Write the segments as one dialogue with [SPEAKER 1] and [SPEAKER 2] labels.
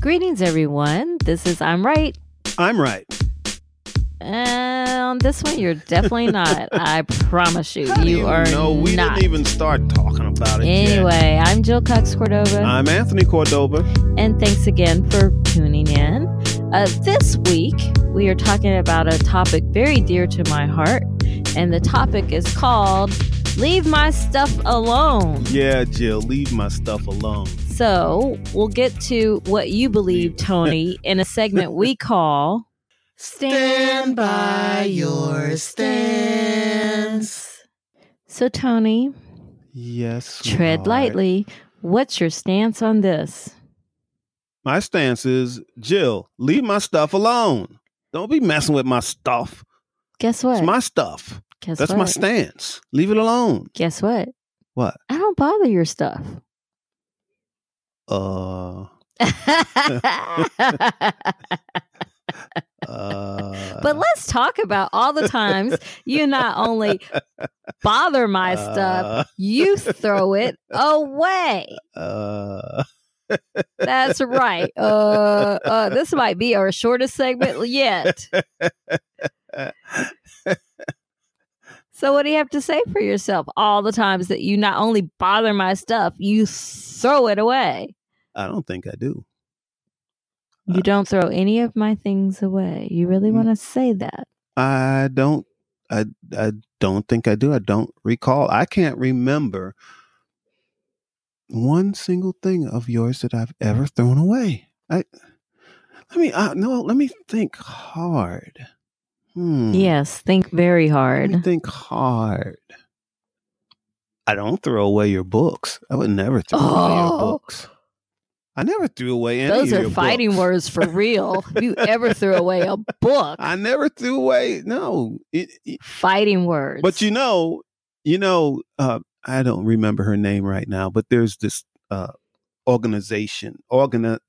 [SPEAKER 1] Greetings, everyone. This is I'm Right.
[SPEAKER 2] I'm right.
[SPEAKER 1] And on this one, you're definitely not. I promise you,
[SPEAKER 2] How do
[SPEAKER 1] you, are
[SPEAKER 2] know? We
[SPEAKER 1] not.
[SPEAKER 2] didn't even start talking about it yet.
[SPEAKER 1] anyway, I'm Jill Cox Cordova.
[SPEAKER 2] I'm Anthony Cordova.
[SPEAKER 1] and thanks again for tuning in. Uh, this week, we are talking about a topic very dear to my heart, and the topic is called Leave My Stuff Alone.
[SPEAKER 2] Yeah, Jill, leave my stuff alone.
[SPEAKER 1] So, we'll get to what you believe, Tony, in a segment we call
[SPEAKER 3] Stand by your stance.
[SPEAKER 1] So, Tony,
[SPEAKER 2] Yes.
[SPEAKER 1] tread
[SPEAKER 2] sweetheart.
[SPEAKER 1] lightly. What's your stance on this?
[SPEAKER 2] My stance is Jill, leave my stuff alone. Don't be messing with my stuff.
[SPEAKER 1] Guess what?
[SPEAKER 2] It's my stuff.
[SPEAKER 1] Guess
[SPEAKER 2] That's
[SPEAKER 1] what?
[SPEAKER 2] my stance. Leave it alone.
[SPEAKER 1] Guess what?
[SPEAKER 2] What?
[SPEAKER 1] I don't bother your stuff.
[SPEAKER 2] Uh uh
[SPEAKER 1] But let's talk about all the times you not only bother my
[SPEAKER 2] uh,
[SPEAKER 1] stuff, you throw it away.
[SPEAKER 2] Uh, uh,
[SPEAKER 1] That's right. Uh, uh, this might be our shortest segment yet. So, what do you have to say for yourself? All the times that you not only bother my stuff, you throw it away.
[SPEAKER 2] I don't think I do. Uh.
[SPEAKER 1] You don't throw any of my things away. You really
[SPEAKER 2] Mm.
[SPEAKER 1] want to say that?
[SPEAKER 2] I don't I I don't think I do. I don't recall. I can't remember one single thing of yours that I've ever thrown away. I let me uh, no, let me think hard. Hmm.
[SPEAKER 1] Yes, think very
[SPEAKER 2] Let me
[SPEAKER 1] hard.
[SPEAKER 2] think hard. I don't throw away your books. I would never throw away your
[SPEAKER 1] Oh.
[SPEAKER 2] books. I never threw away any
[SPEAKER 1] Those
[SPEAKER 2] of
[SPEAKER 1] are
[SPEAKER 2] your
[SPEAKER 1] fighting
[SPEAKER 2] books.
[SPEAKER 1] words for real. if you ever threw away a book,
[SPEAKER 2] I never threw away. No, it, it-
[SPEAKER 1] fighting words.
[SPEAKER 2] But you know, you know, uh, I don't remember her name right now, but there's this uh, organization, organ.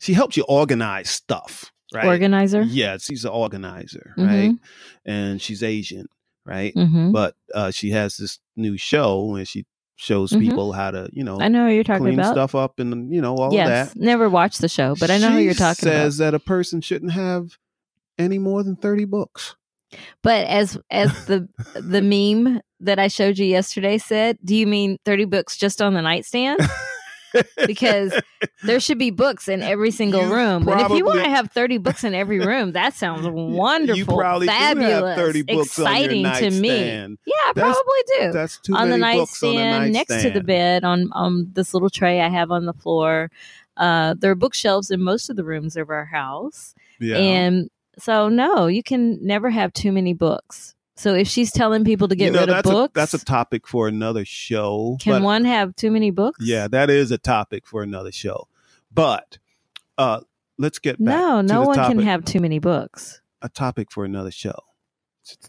[SPEAKER 2] she helps you organize stuff, right?
[SPEAKER 1] organizer.
[SPEAKER 2] Yeah, she's an organizer,
[SPEAKER 1] Mhm.
[SPEAKER 2] right? And she's Asian, right?
[SPEAKER 1] Mm-hmm.
[SPEAKER 2] But uh, she has this new show, and she shows
[SPEAKER 1] Mhm.
[SPEAKER 2] people how to, you know,
[SPEAKER 1] I know who you're talking
[SPEAKER 2] clean
[SPEAKER 1] about.
[SPEAKER 2] stuff up, and you know all of that
[SPEAKER 1] yes, never watched the show, but I know who
[SPEAKER 2] She
[SPEAKER 1] you're talking about.
[SPEAKER 2] says that a person shouldn't have any more than thirty books.
[SPEAKER 1] But as as the the meme that I showed you yesterday said, do you mean 30 books just on the nightstand? Because there should be books in every single
[SPEAKER 2] You
[SPEAKER 1] room. and if you want to
[SPEAKER 2] probably-
[SPEAKER 1] have 30 books in every room, that sounds wonderful,
[SPEAKER 2] You probably do have
[SPEAKER 1] fabulous,
[SPEAKER 2] 30 books
[SPEAKER 1] exciting
[SPEAKER 2] on your
[SPEAKER 1] to me.
[SPEAKER 2] nightstand.
[SPEAKER 1] Yeah, I
[SPEAKER 2] That's-
[SPEAKER 1] probably do.
[SPEAKER 2] That's too
[SPEAKER 1] on the
[SPEAKER 2] many books on
[SPEAKER 1] nightstand,
[SPEAKER 2] the nightstand.
[SPEAKER 1] next to the bed, on on this little tray I have on the floor. Uh, there are bookshelves in most of the rooms of our house.
[SPEAKER 2] Yeah.
[SPEAKER 1] And so, no, you can never have too many books. So if she's telling people to get
[SPEAKER 2] you know,
[SPEAKER 1] rid of
[SPEAKER 2] that's
[SPEAKER 1] books,
[SPEAKER 2] A, that's a topic for another show.
[SPEAKER 1] can
[SPEAKER 2] but-
[SPEAKER 1] one have too many books?
[SPEAKER 2] Yeah, that is a topic for another show. But uh let's get back
[SPEAKER 1] No,
[SPEAKER 2] to
[SPEAKER 1] no
[SPEAKER 2] the
[SPEAKER 1] one
[SPEAKER 2] topic,
[SPEAKER 1] can have too many books.
[SPEAKER 2] a topic for another show.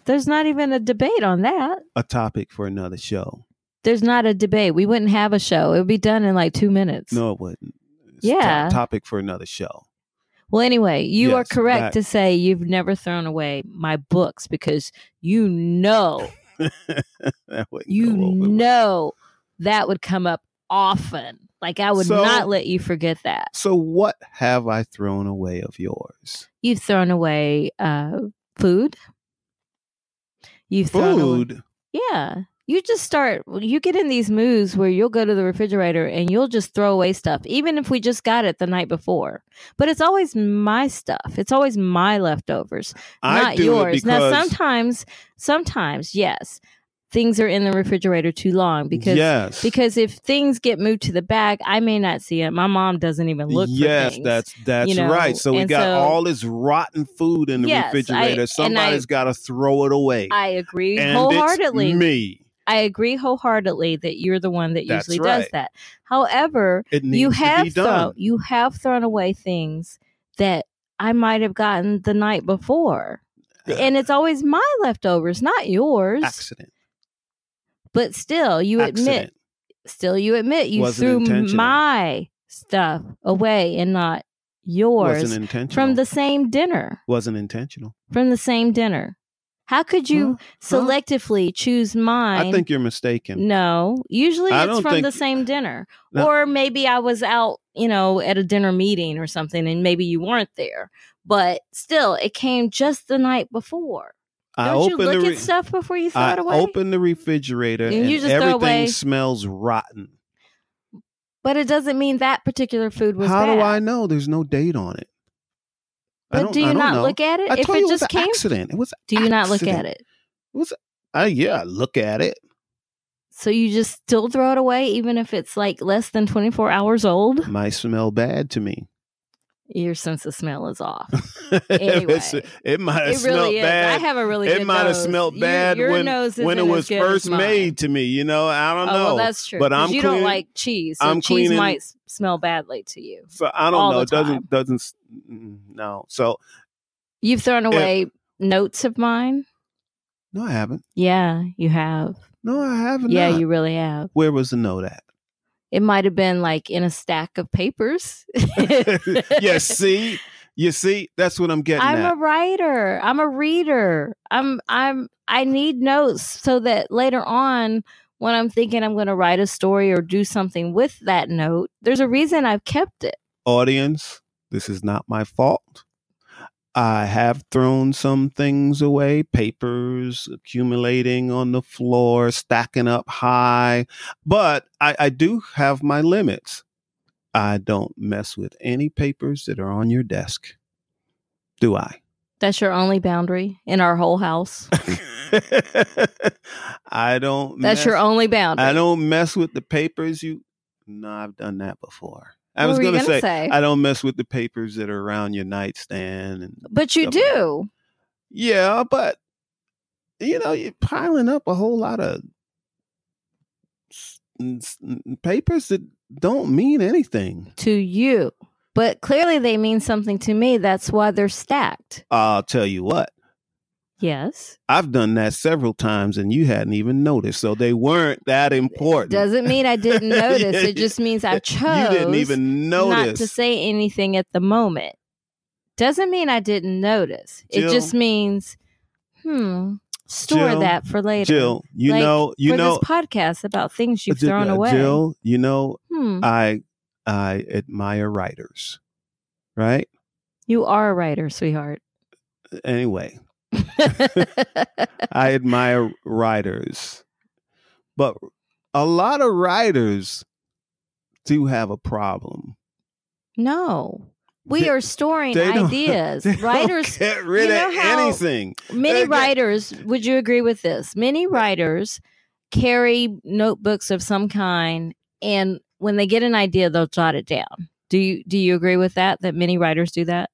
[SPEAKER 1] There's not even a debate on that.
[SPEAKER 2] A topic for another show.
[SPEAKER 1] There's not a debate. We wouldn't have a show. It would be done in like two minutes.
[SPEAKER 2] No, it wouldn't. It's
[SPEAKER 1] Yeah.
[SPEAKER 2] a topic for another show.
[SPEAKER 1] Well, anyway, you are
[SPEAKER 2] Yes,
[SPEAKER 1] correct
[SPEAKER 2] that-
[SPEAKER 1] to say you've never thrown away my books because you know,
[SPEAKER 2] That wouldn't
[SPEAKER 1] you
[SPEAKER 2] go over well.
[SPEAKER 1] know that would come up often. Like I would
[SPEAKER 2] So-
[SPEAKER 1] not let you forget that.
[SPEAKER 2] So what have I thrown away of yours?
[SPEAKER 1] You've thrown away uh, food. You've thrown away-
[SPEAKER 2] Food.
[SPEAKER 1] yeah. You just start. You get in these moods where you'll go to the refrigerator and you'll just throw away stuff, even if we just got it the night before. But it's always my stuff. It's always my leftovers,
[SPEAKER 2] I
[SPEAKER 1] not
[SPEAKER 2] do
[SPEAKER 1] yours.
[SPEAKER 2] it
[SPEAKER 1] now,
[SPEAKER 2] because
[SPEAKER 1] sometimes, sometimes, yes, things are in the refrigerator too long because
[SPEAKER 2] yes.
[SPEAKER 1] because if things get moved to the back, I may not see it. My mom doesn't even look. for
[SPEAKER 2] yes,
[SPEAKER 1] things.
[SPEAKER 2] that's that's
[SPEAKER 1] you know,
[SPEAKER 2] right. So we
[SPEAKER 1] and
[SPEAKER 2] got
[SPEAKER 1] so-
[SPEAKER 2] all this rotten food in the
[SPEAKER 1] Yes, I- and I-
[SPEAKER 2] refrigerator. Somebody's got to throw it away.
[SPEAKER 1] I agree
[SPEAKER 2] and
[SPEAKER 1] wholeheartedly.
[SPEAKER 2] It's me,
[SPEAKER 1] I agree wholeheartedly that you're the one that
[SPEAKER 2] That's
[SPEAKER 1] usually does
[SPEAKER 2] right.
[SPEAKER 1] that. However,
[SPEAKER 2] it needs
[SPEAKER 1] you
[SPEAKER 2] to be
[SPEAKER 1] have
[SPEAKER 2] done.
[SPEAKER 1] thrown you have thrown away things that I might have gotten the night before.
[SPEAKER 2] Uh,
[SPEAKER 1] And it's always my leftovers, not yours.
[SPEAKER 2] accident.
[SPEAKER 1] But still, you admit,
[SPEAKER 2] accident.
[SPEAKER 1] still you admit you
[SPEAKER 2] Wasn't
[SPEAKER 1] threw
[SPEAKER 2] intentional.
[SPEAKER 1] my stuff away and not yours
[SPEAKER 2] wasn't intentional.
[SPEAKER 1] from the same dinner.
[SPEAKER 2] wasn't intentional.
[SPEAKER 1] From the same dinner. How could you
[SPEAKER 2] Huh?
[SPEAKER 1] selectively choose mine?
[SPEAKER 2] I think you're mistaken.
[SPEAKER 1] No, usually
[SPEAKER 2] I
[SPEAKER 1] it's
[SPEAKER 2] don't
[SPEAKER 1] from
[SPEAKER 2] think-
[SPEAKER 1] the same dinner.
[SPEAKER 2] No.
[SPEAKER 1] Or maybe I was out, you know, at a dinner meeting or something and maybe you weren't there. But still, it came just the night before.
[SPEAKER 2] I
[SPEAKER 1] Don't you
[SPEAKER 2] opened
[SPEAKER 1] look
[SPEAKER 2] the
[SPEAKER 1] at
[SPEAKER 2] re-
[SPEAKER 1] stuff before you throw
[SPEAKER 2] I
[SPEAKER 1] it away?
[SPEAKER 2] opened the refrigerator
[SPEAKER 1] And
[SPEAKER 2] and,
[SPEAKER 1] you just throw
[SPEAKER 2] everything
[SPEAKER 1] away-
[SPEAKER 2] smells rotten.
[SPEAKER 1] but it doesn't mean that particular food was
[SPEAKER 2] How
[SPEAKER 1] bad.
[SPEAKER 2] do I know? There's no date on it. I
[SPEAKER 1] But
[SPEAKER 2] don't,
[SPEAKER 1] do you
[SPEAKER 2] I don't
[SPEAKER 1] not
[SPEAKER 2] know.
[SPEAKER 1] look at it?
[SPEAKER 2] I
[SPEAKER 1] if
[SPEAKER 2] told
[SPEAKER 1] it
[SPEAKER 2] you it was
[SPEAKER 1] just
[SPEAKER 2] an
[SPEAKER 1] came,
[SPEAKER 2] accident. It was.
[SPEAKER 1] do you not look at
[SPEAKER 2] accident.
[SPEAKER 1] it?
[SPEAKER 2] Uh, yeah, I look at it.
[SPEAKER 1] So you just still throw it away, even if it's like less than 24 hours old?
[SPEAKER 2] Might smell bad to me.
[SPEAKER 1] Your sense of smell is off.
[SPEAKER 2] If it's-
[SPEAKER 1] Anyway.
[SPEAKER 2] it might have
[SPEAKER 1] it really
[SPEAKER 2] smelled
[SPEAKER 1] is. I
[SPEAKER 2] bad
[SPEAKER 1] have a really
[SPEAKER 2] it
[SPEAKER 1] good
[SPEAKER 2] might have
[SPEAKER 1] nose.
[SPEAKER 2] smelled
[SPEAKER 1] Your-
[SPEAKER 2] bad
[SPEAKER 1] your
[SPEAKER 2] when-
[SPEAKER 1] nose
[SPEAKER 2] when it
[SPEAKER 1] isn't as
[SPEAKER 2] was
[SPEAKER 1] good as
[SPEAKER 2] first
[SPEAKER 1] mine.
[SPEAKER 2] made to me. You know, I don't
[SPEAKER 1] Oh,
[SPEAKER 2] know.
[SPEAKER 1] well, that's true.
[SPEAKER 2] But
[SPEAKER 1] 'cause
[SPEAKER 2] I'm
[SPEAKER 1] you don't
[SPEAKER 2] cleaning-
[SPEAKER 1] like cheese, so
[SPEAKER 2] I'm
[SPEAKER 1] cheese
[SPEAKER 2] cleaning-
[SPEAKER 1] might s- smell badly to you.
[SPEAKER 2] so I don't
[SPEAKER 1] all
[SPEAKER 2] know.
[SPEAKER 1] the
[SPEAKER 2] It
[SPEAKER 1] time.
[SPEAKER 2] doesn't doesn't s- mm, no. So
[SPEAKER 1] You've thrown
[SPEAKER 2] If-
[SPEAKER 1] away notes of mine.
[SPEAKER 2] no, I haven't.
[SPEAKER 1] Yeah, you have.
[SPEAKER 2] No, I haven't.
[SPEAKER 1] yeah,
[SPEAKER 2] not.
[SPEAKER 1] you really have.
[SPEAKER 2] Where was the note at?
[SPEAKER 1] It might have been like in a stack of papers.
[SPEAKER 2] yes, see, you see, that's what I'm getting
[SPEAKER 1] I'm
[SPEAKER 2] at.
[SPEAKER 1] a writer. I'm a reader. I'm I'm I need notes so that later on when I'm thinking I'm going to write a story or do something with that note, there's a reason I've kept it.
[SPEAKER 2] Audience, this is not my fault. I have thrown some things away, papers accumulating on the floor, stacking up high, but I, I do have my limits. I don't mess with any papers that are on your desk. Do I?
[SPEAKER 1] That's your only boundary in our whole house.
[SPEAKER 2] I don't.
[SPEAKER 1] That's your
[SPEAKER 2] mess-
[SPEAKER 1] only boundary.
[SPEAKER 2] I don't mess with the papers. You, no, I've done that before. I
[SPEAKER 1] What
[SPEAKER 2] was
[SPEAKER 1] were you
[SPEAKER 2] gonna
[SPEAKER 1] gonna
[SPEAKER 2] say, I don't mess with the papers that are around your nightstand. And
[SPEAKER 1] but you
[SPEAKER 2] stuff like that.
[SPEAKER 1] do.
[SPEAKER 2] yeah, but you know, you're piling up a whole lot of s- s- papers that don't mean anything.
[SPEAKER 1] To you. But clearly they mean something to me. That's why they're stacked.
[SPEAKER 2] I'll tell you what.
[SPEAKER 1] Yes.
[SPEAKER 2] I've done that several times, and you hadn't even noticed. So they weren't that important.
[SPEAKER 1] Doesn't mean I didn't
[SPEAKER 2] Yeah,
[SPEAKER 1] notice.
[SPEAKER 2] you-
[SPEAKER 1] it just means I
[SPEAKER 2] you
[SPEAKER 1] chose
[SPEAKER 2] didn't even
[SPEAKER 1] not to
[SPEAKER 2] notice.
[SPEAKER 1] say anything at the moment. Doesn't mean I didn't notice.
[SPEAKER 2] Jill.
[SPEAKER 1] it just means, hmm, store
[SPEAKER 2] Jill.
[SPEAKER 1] that for later.
[SPEAKER 2] Jill, you
[SPEAKER 1] Like,
[SPEAKER 2] know, you
[SPEAKER 1] for
[SPEAKER 2] know,
[SPEAKER 1] this podcast about things you've
[SPEAKER 2] Jill-
[SPEAKER 1] thrown away.
[SPEAKER 2] Jill, you know,
[SPEAKER 1] hmm.
[SPEAKER 2] I I admire writers, right?
[SPEAKER 1] You are a writer, sweetheart.
[SPEAKER 2] Anyway, I admire writers, but a lot of writers do have a problem.
[SPEAKER 1] no. We
[SPEAKER 2] They-
[SPEAKER 1] are storing
[SPEAKER 2] they don't-
[SPEAKER 1] ideas.
[SPEAKER 2] They don't
[SPEAKER 1] Writers
[SPEAKER 2] get rid
[SPEAKER 1] you
[SPEAKER 2] of
[SPEAKER 1] know how-
[SPEAKER 2] anything.
[SPEAKER 1] Many
[SPEAKER 2] They get-
[SPEAKER 1] writers, would you agree with this? Many writers carry notebooks of some kind, and when they get an idea, they'll jot it down. Do you do you agree with that? That many writers do that.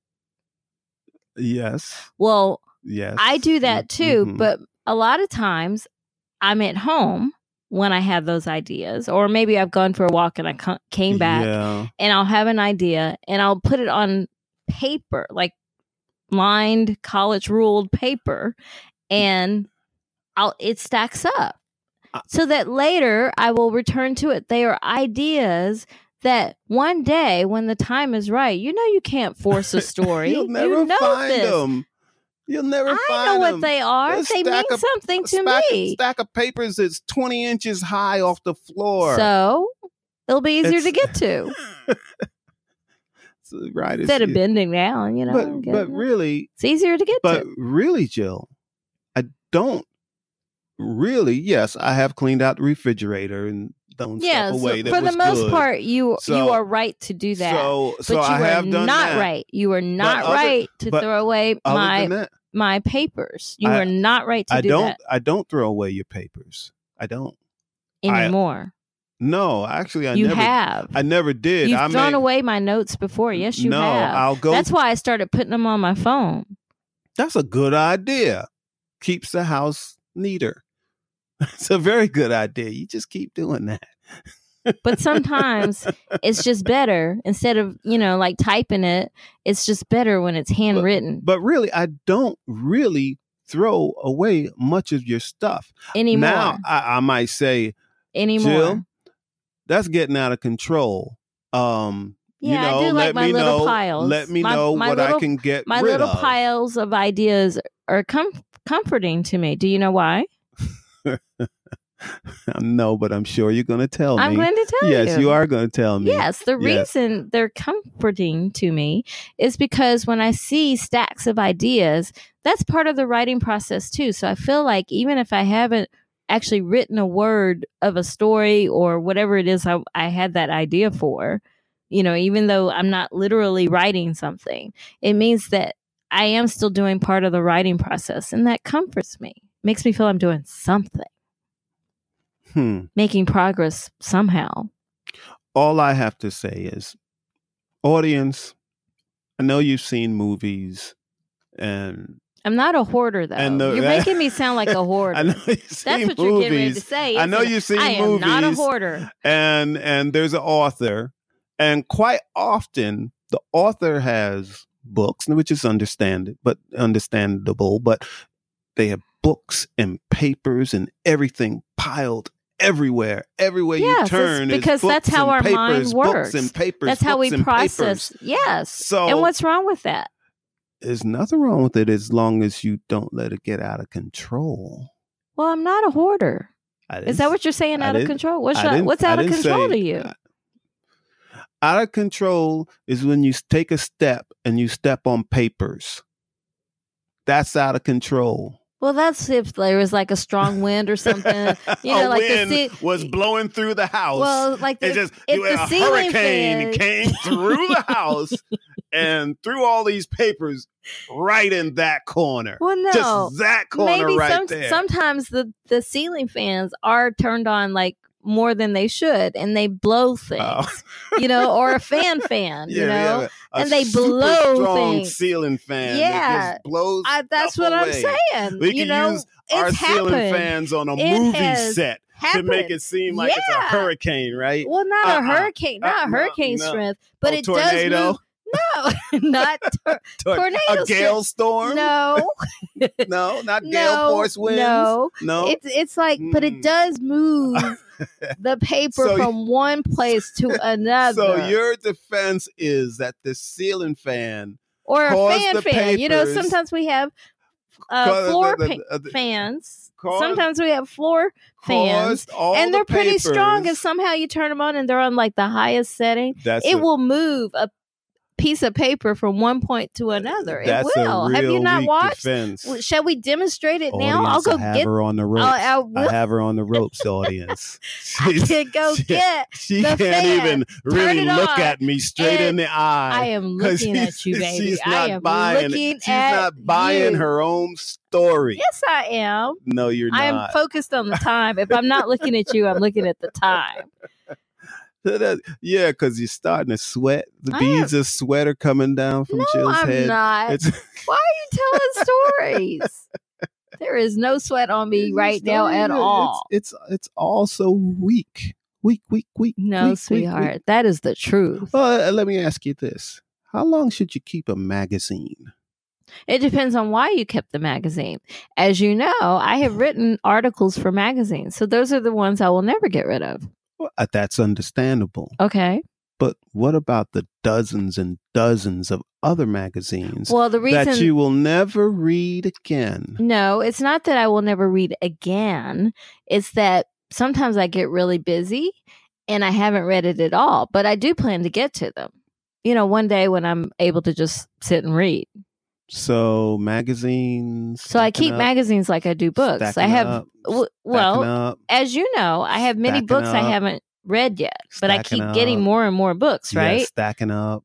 [SPEAKER 2] Yes,
[SPEAKER 1] Well,
[SPEAKER 2] yes,
[SPEAKER 1] I do that too,
[SPEAKER 2] Mhm.
[SPEAKER 1] but a lot of times I'm at home when I have those ideas, or maybe I've gone for a walk and I co- came back,
[SPEAKER 2] Yeah.
[SPEAKER 1] and I'll have an idea and I'll put it on paper, like lined college ruled paper, and I'll it stacks up.
[SPEAKER 2] I-
[SPEAKER 1] So that later I will return to it. They are ideas that one day when the time is right, you know you can't force a story.
[SPEAKER 2] You'll never
[SPEAKER 1] you know
[SPEAKER 2] find
[SPEAKER 1] this.
[SPEAKER 2] them. You'll never
[SPEAKER 1] I
[SPEAKER 2] find
[SPEAKER 1] know what
[SPEAKER 2] them.
[SPEAKER 1] they are.
[SPEAKER 2] Just
[SPEAKER 1] They mean
[SPEAKER 2] stack up-
[SPEAKER 1] something to
[SPEAKER 2] stack,
[SPEAKER 1] me.
[SPEAKER 2] Stack of papers that's twenty inches high off the floor.
[SPEAKER 1] So it'll be easier to get
[SPEAKER 2] It's-
[SPEAKER 1] to.
[SPEAKER 2] So, right.
[SPEAKER 1] Instead of
[SPEAKER 2] it's-
[SPEAKER 1] bending down, you know.
[SPEAKER 2] but
[SPEAKER 1] and
[SPEAKER 2] but
[SPEAKER 1] getting it.
[SPEAKER 2] really,
[SPEAKER 1] it's easier to get to.
[SPEAKER 2] but really, Jill, I don't really. Yes, I have cleaned out the refrigerator and thrown
[SPEAKER 1] yeah,
[SPEAKER 2] stuff
[SPEAKER 1] so
[SPEAKER 2] away. that
[SPEAKER 1] for the
[SPEAKER 2] was
[SPEAKER 1] most
[SPEAKER 2] good.
[SPEAKER 1] part, you you
[SPEAKER 2] So-
[SPEAKER 1] are right to do that.
[SPEAKER 2] So
[SPEAKER 1] but
[SPEAKER 2] so
[SPEAKER 1] you
[SPEAKER 2] I
[SPEAKER 1] are
[SPEAKER 2] have done
[SPEAKER 1] not
[SPEAKER 2] that.
[SPEAKER 1] right. You are not
[SPEAKER 2] other-
[SPEAKER 1] right to
[SPEAKER 2] but
[SPEAKER 1] throw away
[SPEAKER 2] Other
[SPEAKER 1] my
[SPEAKER 2] than that,
[SPEAKER 1] my papers. You
[SPEAKER 2] I-
[SPEAKER 1] are not right to
[SPEAKER 2] I
[SPEAKER 1] do
[SPEAKER 2] don't.
[SPEAKER 1] that
[SPEAKER 2] I don't throw away your papers. I don't. I-
[SPEAKER 1] anymore.
[SPEAKER 2] No, actually, I
[SPEAKER 1] you
[SPEAKER 2] never.
[SPEAKER 1] have.
[SPEAKER 2] I never did.
[SPEAKER 1] You've
[SPEAKER 2] I
[SPEAKER 1] thrown
[SPEAKER 2] may-
[SPEAKER 1] away my notes before. Yes, you
[SPEAKER 2] no,
[SPEAKER 1] have.
[SPEAKER 2] I'll go.
[SPEAKER 1] That's why I started putting them on my phone.
[SPEAKER 2] That's a good idea. Keeps the house neater. It's a very good idea. You just keep doing that.
[SPEAKER 1] But sometimes it's just better instead of you know like typing it. It's just better when it's handwritten
[SPEAKER 2] But really, I don't really throw away much of your stuff.
[SPEAKER 1] anymore.
[SPEAKER 2] Now, I, I might say
[SPEAKER 1] anymore.
[SPEAKER 2] Jill, that's getting out of control. Um,
[SPEAKER 1] yeah,
[SPEAKER 2] you know,
[SPEAKER 1] I do
[SPEAKER 2] let
[SPEAKER 1] like my
[SPEAKER 2] me
[SPEAKER 1] little
[SPEAKER 2] know.
[SPEAKER 1] piles.
[SPEAKER 2] Let me
[SPEAKER 1] my,
[SPEAKER 2] know
[SPEAKER 1] my
[SPEAKER 2] what
[SPEAKER 1] little
[SPEAKER 2] I can get
[SPEAKER 1] my
[SPEAKER 2] rid
[SPEAKER 1] little
[SPEAKER 2] of.
[SPEAKER 1] piles of ideas are com- comforting to me. Do you know why?
[SPEAKER 2] no, but I'm sure you're going to tell
[SPEAKER 1] I'm
[SPEAKER 2] me.
[SPEAKER 1] going to tell you.
[SPEAKER 2] yes, you are going to tell me.
[SPEAKER 1] Yes, the
[SPEAKER 2] Yeah.
[SPEAKER 1] reason they're comforting to me is because when I see stacks of ideas, that's part of the writing process too. So I feel like even if I haven't actually written a word of a story or whatever it is I, I had that idea for, you know, even though I'm not literally writing something, it means that I am still doing part of the writing process. And that comforts me, makes me feel I'm doing something,
[SPEAKER 2] Hmm.
[SPEAKER 1] making progress somehow.
[SPEAKER 2] all I have to say is, audience, I know you've seen movies, and
[SPEAKER 1] I'm not a hoarder though.
[SPEAKER 2] And the-
[SPEAKER 1] you're making me sound like a hoarder.
[SPEAKER 2] I know you've
[SPEAKER 1] That's
[SPEAKER 2] seen
[SPEAKER 1] what you're getting ready to
[SPEAKER 2] movies,
[SPEAKER 1] say.
[SPEAKER 2] I know
[SPEAKER 1] isn't it?
[SPEAKER 2] you've seen
[SPEAKER 1] I am not a
[SPEAKER 2] movies.
[SPEAKER 1] hoarder.
[SPEAKER 2] and and there's an author, and quite often the author has books, which is understand but understandable, but they have books and papers and everything piled everywhere everywhere
[SPEAKER 1] Yes,
[SPEAKER 2] you
[SPEAKER 1] it's
[SPEAKER 2] turn is
[SPEAKER 1] because that's
[SPEAKER 2] books
[SPEAKER 1] how
[SPEAKER 2] and
[SPEAKER 1] our mind
[SPEAKER 2] papers,
[SPEAKER 1] works.
[SPEAKER 2] books and papers
[SPEAKER 1] That's how
[SPEAKER 2] books
[SPEAKER 1] we
[SPEAKER 2] and papers.
[SPEAKER 1] process. Yes.
[SPEAKER 2] so
[SPEAKER 1] and what's wrong with that?
[SPEAKER 2] there's nothing wrong with it as long as you don't let it get out of control.
[SPEAKER 1] Well, I'm not a hoarder.
[SPEAKER 2] I didn't
[SPEAKER 1] Is that
[SPEAKER 2] s-
[SPEAKER 1] what you're saying?
[SPEAKER 2] I
[SPEAKER 1] Out of
[SPEAKER 2] didn't-
[SPEAKER 1] control? What's
[SPEAKER 2] I
[SPEAKER 1] that-
[SPEAKER 2] didn't-
[SPEAKER 1] what's
[SPEAKER 2] I
[SPEAKER 1] out of
[SPEAKER 2] didn't
[SPEAKER 1] control
[SPEAKER 2] say-
[SPEAKER 1] to you?
[SPEAKER 2] Out of control is when you s- take a step and you step on papers. That's out of control.
[SPEAKER 1] Well, that's if there was like a strong wind or something. You know,
[SPEAKER 2] a
[SPEAKER 1] like the
[SPEAKER 2] wind
[SPEAKER 1] sea-
[SPEAKER 2] was blowing through the house.
[SPEAKER 1] well, like the,
[SPEAKER 2] it just
[SPEAKER 1] if
[SPEAKER 2] you-
[SPEAKER 1] the
[SPEAKER 2] a
[SPEAKER 1] ceiling
[SPEAKER 2] hurricane
[SPEAKER 1] fan-
[SPEAKER 2] came through the house and threw all these papers right in that corner.
[SPEAKER 1] well, no,
[SPEAKER 2] Just that corner
[SPEAKER 1] maybe
[SPEAKER 2] right
[SPEAKER 1] some,
[SPEAKER 2] there.
[SPEAKER 1] sometimes the the ceiling fans are turned on like more than they should, and they blow things.
[SPEAKER 2] Oh.
[SPEAKER 1] you know, or a fan fan, you know.
[SPEAKER 2] but a
[SPEAKER 1] and they
[SPEAKER 2] super
[SPEAKER 1] blow
[SPEAKER 2] strong
[SPEAKER 1] things.
[SPEAKER 2] ceiling fan. that
[SPEAKER 1] Yeah.
[SPEAKER 2] just blows.
[SPEAKER 1] I, that's
[SPEAKER 2] stuff
[SPEAKER 1] what
[SPEAKER 2] away.
[SPEAKER 1] I'm saying.
[SPEAKER 2] We
[SPEAKER 1] you
[SPEAKER 2] can
[SPEAKER 1] know,
[SPEAKER 2] use our
[SPEAKER 1] it's
[SPEAKER 2] ceiling
[SPEAKER 1] happened.
[SPEAKER 2] fans on a
[SPEAKER 1] It
[SPEAKER 2] movie
[SPEAKER 1] has
[SPEAKER 2] set
[SPEAKER 1] happened.
[SPEAKER 2] to make it seem like it's a
[SPEAKER 1] Yeah.
[SPEAKER 2] hurricane, right?
[SPEAKER 1] well, not a
[SPEAKER 2] Uh-uh.
[SPEAKER 1] hurricane,
[SPEAKER 2] Uh,
[SPEAKER 1] not a
[SPEAKER 2] no,
[SPEAKER 1] hurricane
[SPEAKER 2] no.
[SPEAKER 1] strength, but
[SPEAKER 2] A
[SPEAKER 1] it
[SPEAKER 2] tornado,
[SPEAKER 1] does move. No, not tor-
[SPEAKER 2] tor-
[SPEAKER 1] tornado
[SPEAKER 2] a gale storm.
[SPEAKER 1] no,
[SPEAKER 2] No, not gale
[SPEAKER 1] no,
[SPEAKER 2] force winds.
[SPEAKER 1] no.
[SPEAKER 2] No.
[SPEAKER 1] It's it's like, but
[SPEAKER 2] Mm.
[SPEAKER 1] it does move the paper
[SPEAKER 2] So you-
[SPEAKER 1] from one place to another.
[SPEAKER 2] so your defense is that the ceiling fan
[SPEAKER 1] or a
[SPEAKER 2] caused the
[SPEAKER 1] fan fan. You know,
[SPEAKER 2] papers-
[SPEAKER 1] sometimes we have
[SPEAKER 2] caused-
[SPEAKER 1] uh, floor
[SPEAKER 2] the-
[SPEAKER 1] pa-
[SPEAKER 2] the- the-
[SPEAKER 1] fans.
[SPEAKER 2] caused-
[SPEAKER 1] Sometimes we have floor fans,
[SPEAKER 2] caused all
[SPEAKER 1] and
[SPEAKER 2] the
[SPEAKER 1] they're pretty strong. And
[SPEAKER 2] papers-
[SPEAKER 1] somehow you turn them on, and they're on like the highest setting.
[SPEAKER 2] That's
[SPEAKER 1] it
[SPEAKER 2] a-
[SPEAKER 1] will move a piece of paper from one point to another. It
[SPEAKER 2] That's
[SPEAKER 1] will.
[SPEAKER 2] A real
[SPEAKER 1] Have you not
[SPEAKER 2] weak
[SPEAKER 1] watched?
[SPEAKER 2] Defense.
[SPEAKER 1] W- Shall we demonstrate it now? I'll
[SPEAKER 2] Audience,
[SPEAKER 1] go
[SPEAKER 2] I have
[SPEAKER 1] get. uh,
[SPEAKER 2] her on the ropes.
[SPEAKER 1] I
[SPEAKER 2] I
[SPEAKER 1] will.
[SPEAKER 2] have her on the ropes, audience.
[SPEAKER 1] I
[SPEAKER 2] She's-
[SPEAKER 1] can go
[SPEAKER 2] she-
[SPEAKER 1] get.
[SPEAKER 2] she
[SPEAKER 1] the
[SPEAKER 2] can't
[SPEAKER 1] fan.
[SPEAKER 2] even really
[SPEAKER 1] it
[SPEAKER 2] look
[SPEAKER 1] on.
[SPEAKER 2] at me straight in
[SPEAKER 1] And
[SPEAKER 2] the eye.
[SPEAKER 1] I am
[SPEAKER 2] 'cause
[SPEAKER 1] looking
[SPEAKER 2] she's-
[SPEAKER 1] at you, baby.
[SPEAKER 2] She's not
[SPEAKER 1] I am
[SPEAKER 2] buying. it.
[SPEAKER 1] looking
[SPEAKER 2] she's
[SPEAKER 1] at
[SPEAKER 2] not buying
[SPEAKER 1] Eh, you.
[SPEAKER 2] her own story.
[SPEAKER 1] Yes, I am.
[SPEAKER 2] No, you're
[SPEAKER 1] I am
[SPEAKER 2] not.
[SPEAKER 1] focused on the time. If I'm not looking at you, I'm looking at the time.
[SPEAKER 2] That- yeah, because you're starting to sweat. The
[SPEAKER 1] I
[SPEAKER 2] beads of sweat are coming down from
[SPEAKER 1] No,
[SPEAKER 2] Jill's
[SPEAKER 1] I'm
[SPEAKER 2] head.
[SPEAKER 1] not.
[SPEAKER 2] It's
[SPEAKER 1] Why are you telling stories? There is no sweat on me
[SPEAKER 2] it's
[SPEAKER 1] right now
[SPEAKER 2] starting
[SPEAKER 1] at
[SPEAKER 2] to-
[SPEAKER 1] all.
[SPEAKER 2] It's it's, it's also weak, weak, weak, weak.
[SPEAKER 1] No,
[SPEAKER 2] weak, weak,
[SPEAKER 1] sweetheart,
[SPEAKER 2] weak.
[SPEAKER 1] that is the truth.
[SPEAKER 2] Well, uh, let me ask you this: How long should you keep a magazine?
[SPEAKER 1] It depends on why you kept the magazine. As you know, I have written articles for magazines, so those are the ones I will never get rid of.
[SPEAKER 2] Well, uh, that's understandable.
[SPEAKER 1] Okay.
[SPEAKER 2] But what about the dozens and dozens of other magazines
[SPEAKER 1] Well, the reason
[SPEAKER 2] that you will never read again?
[SPEAKER 1] no, it's not that I will never read again. It's that sometimes I get really busy and I haven't read it at all, but I do plan to get to them. You know, one day when I'm able to just sit and read.
[SPEAKER 2] So magazines.
[SPEAKER 1] So I
[SPEAKER 2] stacking
[SPEAKER 1] keep
[SPEAKER 2] up,
[SPEAKER 1] magazines like I do books. I
[SPEAKER 2] stacking
[SPEAKER 1] have
[SPEAKER 2] up,
[SPEAKER 1] w-
[SPEAKER 2] stacking
[SPEAKER 1] well,
[SPEAKER 2] up,
[SPEAKER 1] as you know, I have many
[SPEAKER 2] Stacking
[SPEAKER 1] books I
[SPEAKER 2] up.
[SPEAKER 1] haven't read yet, but I
[SPEAKER 2] Stacking
[SPEAKER 1] keep getting
[SPEAKER 2] up.
[SPEAKER 1] more and more books,
[SPEAKER 2] yeah,
[SPEAKER 1] right?
[SPEAKER 2] stacking up,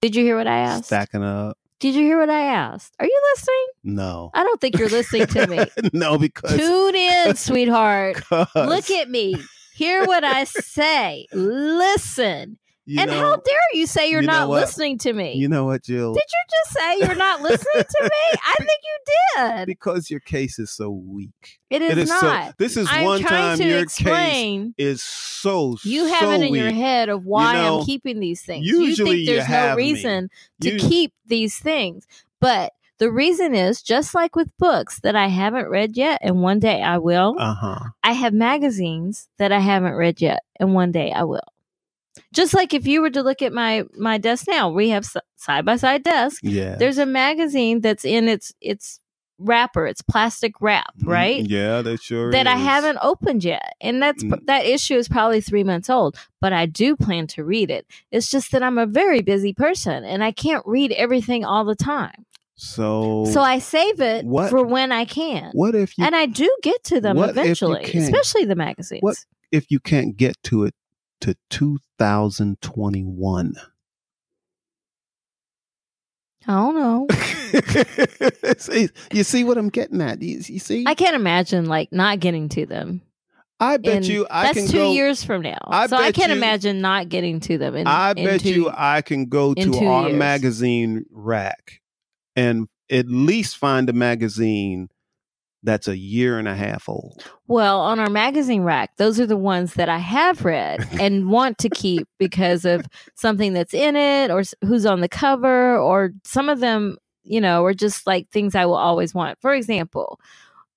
[SPEAKER 1] Did you hear what I asked?
[SPEAKER 2] stacking up.
[SPEAKER 1] Did you hear what I asked? Are you listening?
[SPEAKER 2] No,
[SPEAKER 1] I don't think you're listening to me.
[SPEAKER 2] no, because
[SPEAKER 1] Tune in, sweetheart. Look
[SPEAKER 2] because,
[SPEAKER 1] at me. Hear what I say. Listen.
[SPEAKER 2] you
[SPEAKER 1] and
[SPEAKER 2] know,
[SPEAKER 1] how dare you say you're
[SPEAKER 2] you know
[SPEAKER 1] not
[SPEAKER 2] what?
[SPEAKER 1] listening to me?
[SPEAKER 2] you know what, Jill?
[SPEAKER 1] did you just say you're not listening to me? I think you did.
[SPEAKER 2] because your case is so weak.
[SPEAKER 1] It is,
[SPEAKER 2] it is
[SPEAKER 1] not.
[SPEAKER 2] so. This is
[SPEAKER 1] I'm
[SPEAKER 2] one
[SPEAKER 1] trying
[SPEAKER 2] time
[SPEAKER 1] to
[SPEAKER 2] your case
[SPEAKER 1] explain.
[SPEAKER 2] is so.
[SPEAKER 1] You
[SPEAKER 2] so
[SPEAKER 1] have it in
[SPEAKER 2] weak.
[SPEAKER 1] your head of why
[SPEAKER 2] know,
[SPEAKER 1] I'm keeping these things.
[SPEAKER 2] usually you
[SPEAKER 1] you think there's no
[SPEAKER 2] have me.
[SPEAKER 1] reason to
[SPEAKER 2] You-
[SPEAKER 1] keep these things. But the reason is just like with books that I haven't read yet and one day I will.
[SPEAKER 2] Uh huh.
[SPEAKER 1] I have magazines that I haven't read yet and one day I will. Just like if you were to look at my my desk now, we have side by side desk.
[SPEAKER 2] Yeah.
[SPEAKER 1] There's a magazine that's in its its wrapper. It's plastic wrap,
[SPEAKER 2] Mm-hmm.
[SPEAKER 1] right?
[SPEAKER 2] Yeah, that sure
[SPEAKER 1] that I
[SPEAKER 2] is.
[SPEAKER 1] haven't opened yet. And that's
[SPEAKER 2] Mm.
[SPEAKER 1] that issue is probably 3 months old, but I do plan to read it. It's just that I'm a very busy person and I can't read everything all the time.
[SPEAKER 2] So,
[SPEAKER 1] So I save it
[SPEAKER 2] What-
[SPEAKER 1] for when I can.
[SPEAKER 2] what if you
[SPEAKER 1] and I do get to them
[SPEAKER 2] What if you
[SPEAKER 1] eventually,
[SPEAKER 2] can't?
[SPEAKER 1] especially the magazines.
[SPEAKER 2] What- if you can't get to it to 2021?
[SPEAKER 1] I don't know.
[SPEAKER 2] See, you see what I'm getting at? You, you see?
[SPEAKER 1] I can't imagine like not getting to them.
[SPEAKER 2] I
[SPEAKER 1] in-
[SPEAKER 2] bet you I
[SPEAKER 1] that's
[SPEAKER 2] can
[SPEAKER 1] two
[SPEAKER 2] go.
[SPEAKER 1] years from now.
[SPEAKER 2] I
[SPEAKER 1] so I
[SPEAKER 2] bet
[SPEAKER 1] can't
[SPEAKER 2] you-
[SPEAKER 1] imagine not getting to them. In,
[SPEAKER 2] I
[SPEAKER 1] in
[SPEAKER 2] bet
[SPEAKER 1] two-
[SPEAKER 2] you I can go
[SPEAKER 1] in
[SPEAKER 2] to
[SPEAKER 1] two
[SPEAKER 2] our
[SPEAKER 1] years.
[SPEAKER 2] magazine rack and at least find a magazine that's a year and a half old.
[SPEAKER 1] Well, on our magazine rack, those are the ones that I have read and want to keep because of something that's in it or s- who's on the cover, or some of them, you know, are just like things I will always want. For example,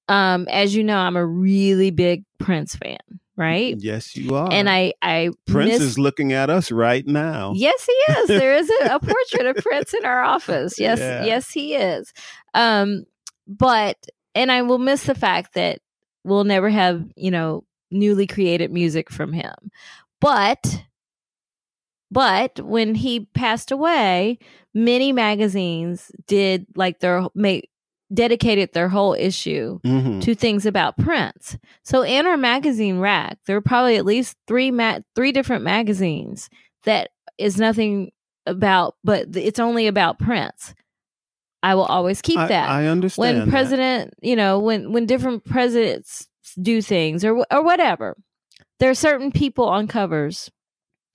[SPEAKER 1] um, as you know, I'm a really big Prince fan, right?
[SPEAKER 2] Yes, you are.
[SPEAKER 1] And I, I
[SPEAKER 2] Mm-hmm. Prince
[SPEAKER 1] miss-
[SPEAKER 2] is looking at us right now.
[SPEAKER 1] Yes, he is. There is a, a portrait of Prince in our office. Yes,
[SPEAKER 2] Yeah.
[SPEAKER 1] yes, he is. Um, but and I will miss the fact that we'll never have you know newly created music from him. But but when he passed away, many magazines did like their make dedicated their whole issue
[SPEAKER 2] Mhm.
[SPEAKER 1] to things about Prince. So in our magazine rack, there are probably at least three ma- three different magazines that is nothing about, but th- it's only about Prince. I will always keep
[SPEAKER 2] I,
[SPEAKER 1] that
[SPEAKER 2] I understand.
[SPEAKER 1] when
[SPEAKER 2] that.
[SPEAKER 1] president, you know, when when different presidents do things or wh- or whatever, there are certain people on covers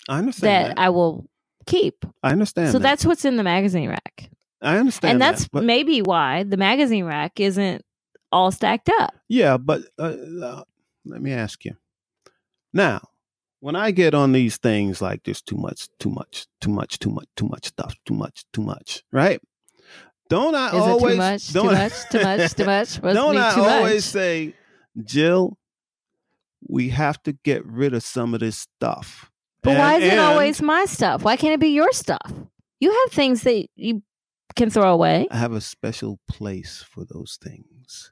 [SPEAKER 2] I understand
[SPEAKER 1] that,
[SPEAKER 2] that.
[SPEAKER 1] I will keep.
[SPEAKER 2] I, understand.
[SPEAKER 1] so
[SPEAKER 2] that.
[SPEAKER 1] that's what's in the magazine rack,
[SPEAKER 2] I understand.
[SPEAKER 1] and that's
[SPEAKER 2] that, but-
[SPEAKER 1] maybe why the magazine rack isn't all stacked up.
[SPEAKER 2] Yeah, but uh, uh, let me ask you. Now, when I get on these things like there's too much, too much, too much, too much, too much stuff, too much, too much, right? Don't I
[SPEAKER 1] Is
[SPEAKER 2] always
[SPEAKER 1] it too much? Too
[SPEAKER 2] don't I-
[SPEAKER 1] much? Too much? Too much? Must
[SPEAKER 2] don't
[SPEAKER 1] be
[SPEAKER 2] I
[SPEAKER 1] too
[SPEAKER 2] always
[SPEAKER 1] much.
[SPEAKER 2] say, Jill, we have to get rid of some of this stuff.
[SPEAKER 1] But
[SPEAKER 2] And-
[SPEAKER 1] why is it
[SPEAKER 2] and
[SPEAKER 1] always my stuff? Why can't it be your stuff? You have things that you can throw away.
[SPEAKER 2] I have a special place for those things.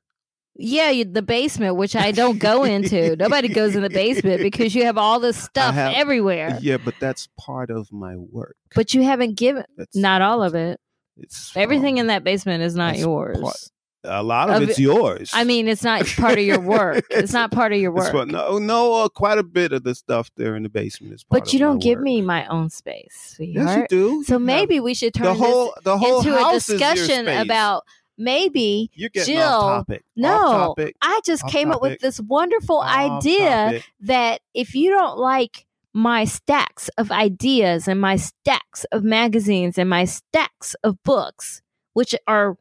[SPEAKER 1] Yeah, you, the basement, which I don't go into. Nobody goes in the basement because you have all this stuff
[SPEAKER 2] have-
[SPEAKER 1] everywhere.
[SPEAKER 2] Yeah, but that's part of my work.
[SPEAKER 1] But you haven't given
[SPEAKER 2] That's,
[SPEAKER 1] not all of it.
[SPEAKER 2] It's
[SPEAKER 1] Everything
[SPEAKER 2] um,
[SPEAKER 1] in that basement is not
[SPEAKER 2] That's
[SPEAKER 1] yours.
[SPEAKER 2] part- A lot of,
[SPEAKER 1] of
[SPEAKER 2] it's
[SPEAKER 1] it-
[SPEAKER 2] yours.
[SPEAKER 1] I mean, it's not part of your work. It's not part of your
[SPEAKER 2] It's
[SPEAKER 1] work.
[SPEAKER 2] what- no, no, uh, quite a bit of the stuff there in the basement is. Part
[SPEAKER 1] but you
[SPEAKER 2] of my
[SPEAKER 1] don't give
[SPEAKER 2] work.
[SPEAKER 1] me my own space,
[SPEAKER 2] Yes, you
[SPEAKER 1] sweetheart.
[SPEAKER 2] do.
[SPEAKER 1] So
[SPEAKER 2] You have-
[SPEAKER 1] maybe we should turn
[SPEAKER 2] the
[SPEAKER 1] this
[SPEAKER 2] whole the whole
[SPEAKER 1] into a
[SPEAKER 2] house is your
[SPEAKER 1] discussion
[SPEAKER 2] space.
[SPEAKER 1] about maybe
[SPEAKER 2] You're getting off
[SPEAKER 1] Jill,
[SPEAKER 2] topic.
[SPEAKER 1] no,
[SPEAKER 2] off topic,
[SPEAKER 1] I just
[SPEAKER 2] Off
[SPEAKER 1] came up with
[SPEAKER 2] topic.
[SPEAKER 1] this wonderful
[SPEAKER 2] off
[SPEAKER 1] idea
[SPEAKER 2] topic.
[SPEAKER 1] that if you don't like my stacks of ideas and my stacks of magazines and my stacks of books, which are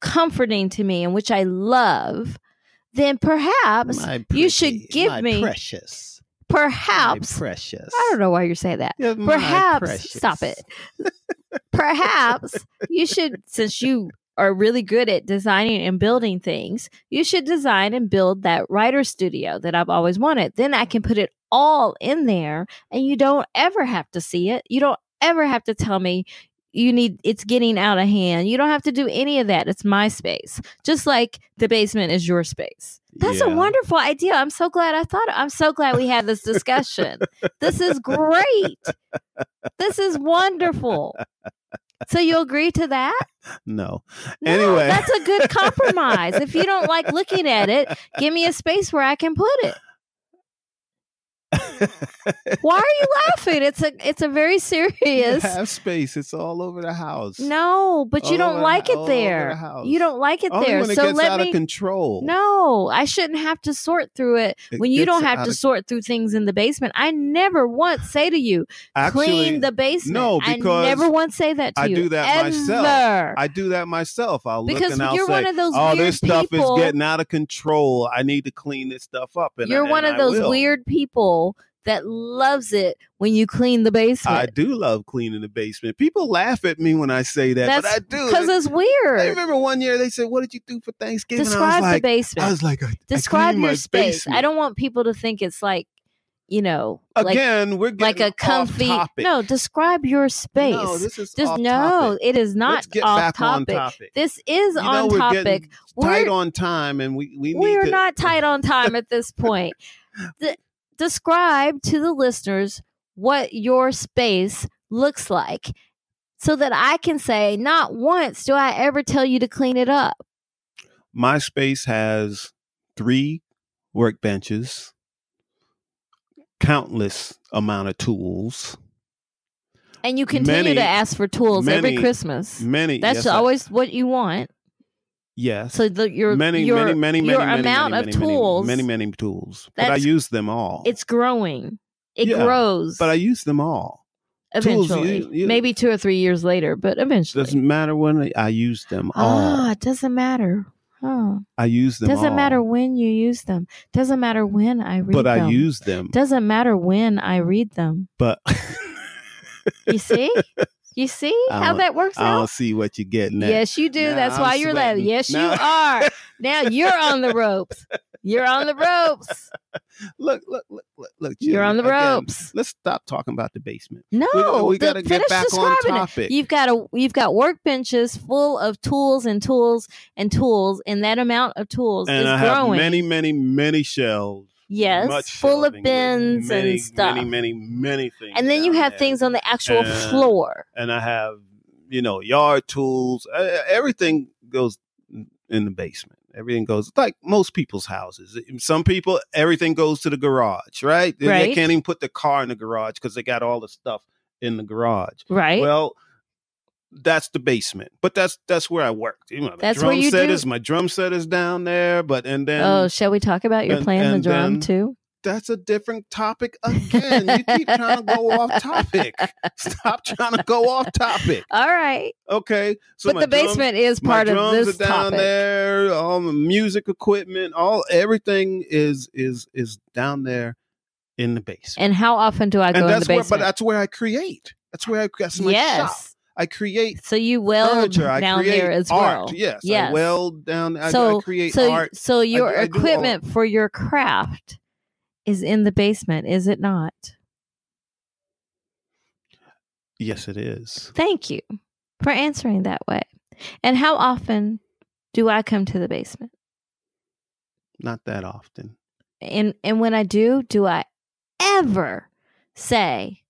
[SPEAKER 1] comforting to me and which I love, then perhaps,
[SPEAKER 3] My
[SPEAKER 1] You should
[SPEAKER 3] pretty,
[SPEAKER 1] give
[SPEAKER 3] my
[SPEAKER 1] me
[SPEAKER 3] precious.
[SPEAKER 1] perhaps,
[SPEAKER 3] My precious.
[SPEAKER 1] I don't know why you're saying that.
[SPEAKER 2] Yeah, my
[SPEAKER 1] Perhaps,
[SPEAKER 3] precious.
[SPEAKER 1] stop it. perhaps you should, since you are really good at designing and building things, you should design and build that writer studio that I've always wanted. Then I can put it all in there and you don't ever have to see it. You don't ever have to tell me you need it's getting out of hand. You don't have to do any of that. It's my space. Just like the basement is your space. That's a
[SPEAKER 2] Yeah.
[SPEAKER 1] wonderful idea. I'm so glad I thought I'm so glad we had this discussion. this is great. This is wonderful. So you agree to that?
[SPEAKER 2] No.
[SPEAKER 1] No,
[SPEAKER 2] Anyway.
[SPEAKER 1] that's a good compromise. if you don't like looking at it, give me a space where I can put it. Why are you laughing? It's a it's a very
[SPEAKER 2] You
[SPEAKER 1] serious.
[SPEAKER 2] have space. It's all over the house.
[SPEAKER 1] No, but you
[SPEAKER 2] All
[SPEAKER 1] don't
[SPEAKER 2] over-
[SPEAKER 1] like
[SPEAKER 2] all
[SPEAKER 1] it
[SPEAKER 2] over
[SPEAKER 1] there.
[SPEAKER 2] the house.
[SPEAKER 1] you don't like it
[SPEAKER 2] Only
[SPEAKER 1] there.
[SPEAKER 2] when it
[SPEAKER 1] so
[SPEAKER 2] gets
[SPEAKER 1] let
[SPEAKER 2] out
[SPEAKER 1] me
[SPEAKER 2] of control.
[SPEAKER 1] No, I shouldn't have to sort through it,
[SPEAKER 2] It
[SPEAKER 1] when you
[SPEAKER 2] gets
[SPEAKER 1] don't have
[SPEAKER 2] out
[SPEAKER 1] to
[SPEAKER 2] of-
[SPEAKER 1] sort through things in the basement. I never once say to you,
[SPEAKER 2] Actually,
[SPEAKER 1] clean the basement.
[SPEAKER 2] no,
[SPEAKER 1] I
[SPEAKER 2] because
[SPEAKER 1] never once say that to
[SPEAKER 2] I
[SPEAKER 1] you.
[SPEAKER 2] do that myself.
[SPEAKER 1] Ever.
[SPEAKER 2] I do that myself. I'll look
[SPEAKER 1] because
[SPEAKER 2] and I'll
[SPEAKER 1] you're
[SPEAKER 2] say,
[SPEAKER 1] one of those
[SPEAKER 2] "Oh,
[SPEAKER 1] weird
[SPEAKER 2] this stuff
[SPEAKER 1] people.
[SPEAKER 2] is getting out of control. I need to clean this stuff up." And I-
[SPEAKER 1] you're
[SPEAKER 2] and
[SPEAKER 1] one of
[SPEAKER 2] I
[SPEAKER 1] those
[SPEAKER 2] will.
[SPEAKER 1] weird people that loves it when you clean the basement.
[SPEAKER 2] I do love cleaning the basement. People laugh at me when I say that,
[SPEAKER 1] That's
[SPEAKER 2] but I do
[SPEAKER 1] because
[SPEAKER 2] They-
[SPEAKER 1] it's
[SPEAKER 2] I
[SPEAKER 1] weird.
[SPEAKER 2] remember one year they said, "What did you do for Thanksgiving?" And
[SPEAKER 1] Describe
[SPEAKER 2] I was like,
[SPEAKER 1] the basement.
[SPEAKER 2] I was like, I, I
[SPEAKER 1] Describe
[SPEAKER 2] cleaned
[SPEAKER 1] your
[SPEAKER 2] my
[SPEAKER 1] space.
[SPEAKER 2] basement.
[SPEAKER 1] I don't want people to think it's like you know, like
[SPEAKER 2] Again, we're
[SPEAKER 1] like a
[SPEAKER 2] getting
[SPEAKER 1] comfy.
[SPEAKER 2] Off topic.
[SPEAKER 1] No, describe your space.
[SPEAKER 2] No, this is
[SPEAKER 1] Just
[SPEAKER 2] off
[SPEAKER 1] no,
[SPEAKER 2] topic.
[SPEAKER 1] it is not
[SPEAKER 2] Let's get
[SPEAKER 1] off
[SPEAKER 2] back
[SPEAKER 1] topic.
[SPEAKER 2] on topic.
[SPEAKER 1] This is
[SPEAKER 2] You know,
[SPEAKER 1] on
[SPEAKER 2] we're
[SPEAKER 1] topic.
[SPEAKER 2] getting
[SPEAKER 1] We're-
[SPEAKER 2] tight on time, and we we need
[SPEAKER 1] we are
[SPEAKER 2] to,
[SPEAKER 1] not tight on time at this point. De- describe to the listeners what your space looks like so that I can say, not once do I ever tell you to clean it up.
[SPEAKER 2] MySpace has three workbenches, countless amount of tools.
[SPEAKER 1] And you continue
[SPEAKER 2] Many-
[SPEAKER 1] to ask for tools every
[SPEAKER 2] many-
[SPEAKER 1] Christmas.
[SPEAKER 2] Many.
[SPEAKER 1] That's
[SPEAKER 2] yes, I-
[SPEAKER 1] always what you want.
[SPEAKER 2] yes.
[SPEAKER 1] So the, your,
[SPEAKER 2] many,
[SPEAKER 1] your,
[SPEAKER 2] many, many, many,
[SPEAKER 1] your
[SPEAKER 2] many,
[SPEAKER 1] amount
[SPEAKER 2] many,
[SPEAKER 1] of
[SPEAKER 2] many, many,
[SPEAKER 1] tools-
[SPEAKER 2] Many, many, tools. But I
[SPEAKER 1] That's-
[SPEAKER 2] use them all.
[SPEAKER 1] it's growing. It
[SPEAKER 2] Yeah,
[SPEAKER 1] grows
[SPEAKER 2] but I use them all. tools, you-
[SPEAKER 1] eventually.
[SPEAKER 2] you-
[SPEAKER 1] Maybe two or three years later, but eventually.
[SPEAKER 2] Doesn't matter when I use them all.
[SPEAKER 1] ah, it doesn't matter. Oh. Huh.
[SPEAKER 2] I use them.
[SPEAKER 1] Doesn't
[SPEAKER 2] all,
[SPEAKER 1] matter when you use them. Doesn't matter when I read
[SPEAKER 2] But
[SPEAKER 1] them.
[SPEAKER 2] I use them.
[SPEAKER 1] Doesn't matter when I read them.
[SPEAKER 2] But
[SPEAKER 1] You see? you see
[SPEAKER 2] I
[SPEAKER 1] how
[SPEAKER 2] don't-
[SPEAKER 1] that works
[SPEAKER 2] I don't
[SPEAKER 1] out?
[SPEAKER 2] see what you're getting at.
[SPEAKER 1] Yes, you do.
[SPEAKER 2] Now
[SPEAKER 1] That's
[SPEAKER 2] I'm
[SPEAKER 1] why you're laughing.
[SPEAKER 2] sweating.
[SPEAKER 1] Yes,
[SPEAKER 2] Now-
[SPEAKER 1] you are. Now you're on the ropes. You're on the ropes.
[SPEAKER 2] Look, look, look, look, look.
[SPEAKER 1] You're
[SPEAKER 2] Jimmy,
[SPEAKER 1] on the
[SPEAKER 2] again,
[SPEAKER 1] ropes.
[SPEAKER 2] Let's stop talking about the basement.
[SPEAKER 1] No,
[SPEAKER 2] we, we
[SPEAKER 1] the-
[SPEAKER 2] got to
[SPEAKER 1] finish
[SPEAKER 2] get back on
[SPEAKER 1] describing it.
[SPEAKER 2] topic.
[SPEAKER 1] You've got a you've got workbenches full of tools and tools and tools, and that amount of tools
[SPEAKER 2] and
[SPEAKER 1] is
[SPEAKER 2] I have
[SPEAKER 1] growing.
[SPEAKER 2] many, many, many shelves.
[SPEAKER 1] yes,
[SPEAKER 2] much
[SPEAKER 1] full of
[SPEAKER 2] shelving with
[SPEAKER 1] bins
[SPEAKER 2] many,
[SPEAKER 1] and stuff.
[SPEAKER 2] Many, many, many things.
[SPEAKER 1] and then you
[SPEAKER 2] down
[SPEAKER 1] have
[SPEAKER 2] there.
[SPEAKER 1] things on the actual
[SPEAKER 2] And-
[SPEAKER 1] floor.
[SPEAKER 2] and I have you know yard tools. Uh, everything goes in the basement. Everything goes like most people's houses. Some people everything goes to the garage, right? They- They
[SPEAKER 1] Right.
[SPEAKER 2] can't even put the car in the garage because they got all the stuff in the garage.
[SPEAKER 1] Right.
[SPEAKER 2] Well. That's the basement, but that's that's where I worked. You know, my
[SPEAKER 1] That's
[SPEAKER 2] drum
[SPEAKER 1] where you
[SPEAKER 2] set
[SPEAKER 1] do-
[SPEAKER 2] is my drum set is down there, but and then
[SPEAKER 1] oh, shall we talk about your
[SPEAKER 2] and-
[SPEAKER 1] playing the
[SPEAKER 2] and
[SPEAKER 1] drum
[SPEAKER 2] then-
[SPEAKER 1] too?
[SPEAKER 2] that's a different topic again. you keep trying to go off topic. Stop trying to go off topic.
[SPEAKER 1] All right.
[SPEAKER 2] Okay, so
[SPEAKER 1] but
[SPEAKER 2] my
[SPEAKER 1] the
[SPEAKER 2] drums-
[SPEAKER 1] basement is
[SPEAKER 2] my
[SPEAKER 1] part of
[SPEAKER 2] drums
[SPEAKER 1] this
[SPEAKER 2] are down
[SPEAKER 1] topic.
[SPEAKER 2] there. All the music equipment, all everything is is is down there in the basement.
[SPEAKER 1] And how often do I go in the
[SPEAKER 2] that's where, but
[SPEAKER 1] basement?
[SPEAKER 2] that's where I create. That's where I that's my shop.
[SPEAKER 1] yes.
[SPEAKER 2] I create
[SPEAKER 1] So you weld
[SPEAKER 2] furniture. I
[SPEAKER 1] down
[SPEAKER 2] create
[SPEAKER 1] there as
[SPEAKER 2] art.
[SPEAKER 1] well.
[SPEAKER 2] Yes,
[SPEAKER 1] Yes.
[SPEAKER 2] I weld down. I,
[SPEAKER 1] So-
[SPEAKER 2] I create
[SPEAKER 1] so
[SPEAKER 2] art.
[SPEAKER 1] so your
[SPEAKER 2] do- I do all-
[SPEAKER 1] equipment for your craft is in the basement, is it not?
[SPEAKER 2] Yes, it is.
[SPEAKER 1] Thank you for answering that way. And how often do I come to the basement?
[SPEAKER 2] Not that often.
[SPEAKER 1] And and when I do, do I ever say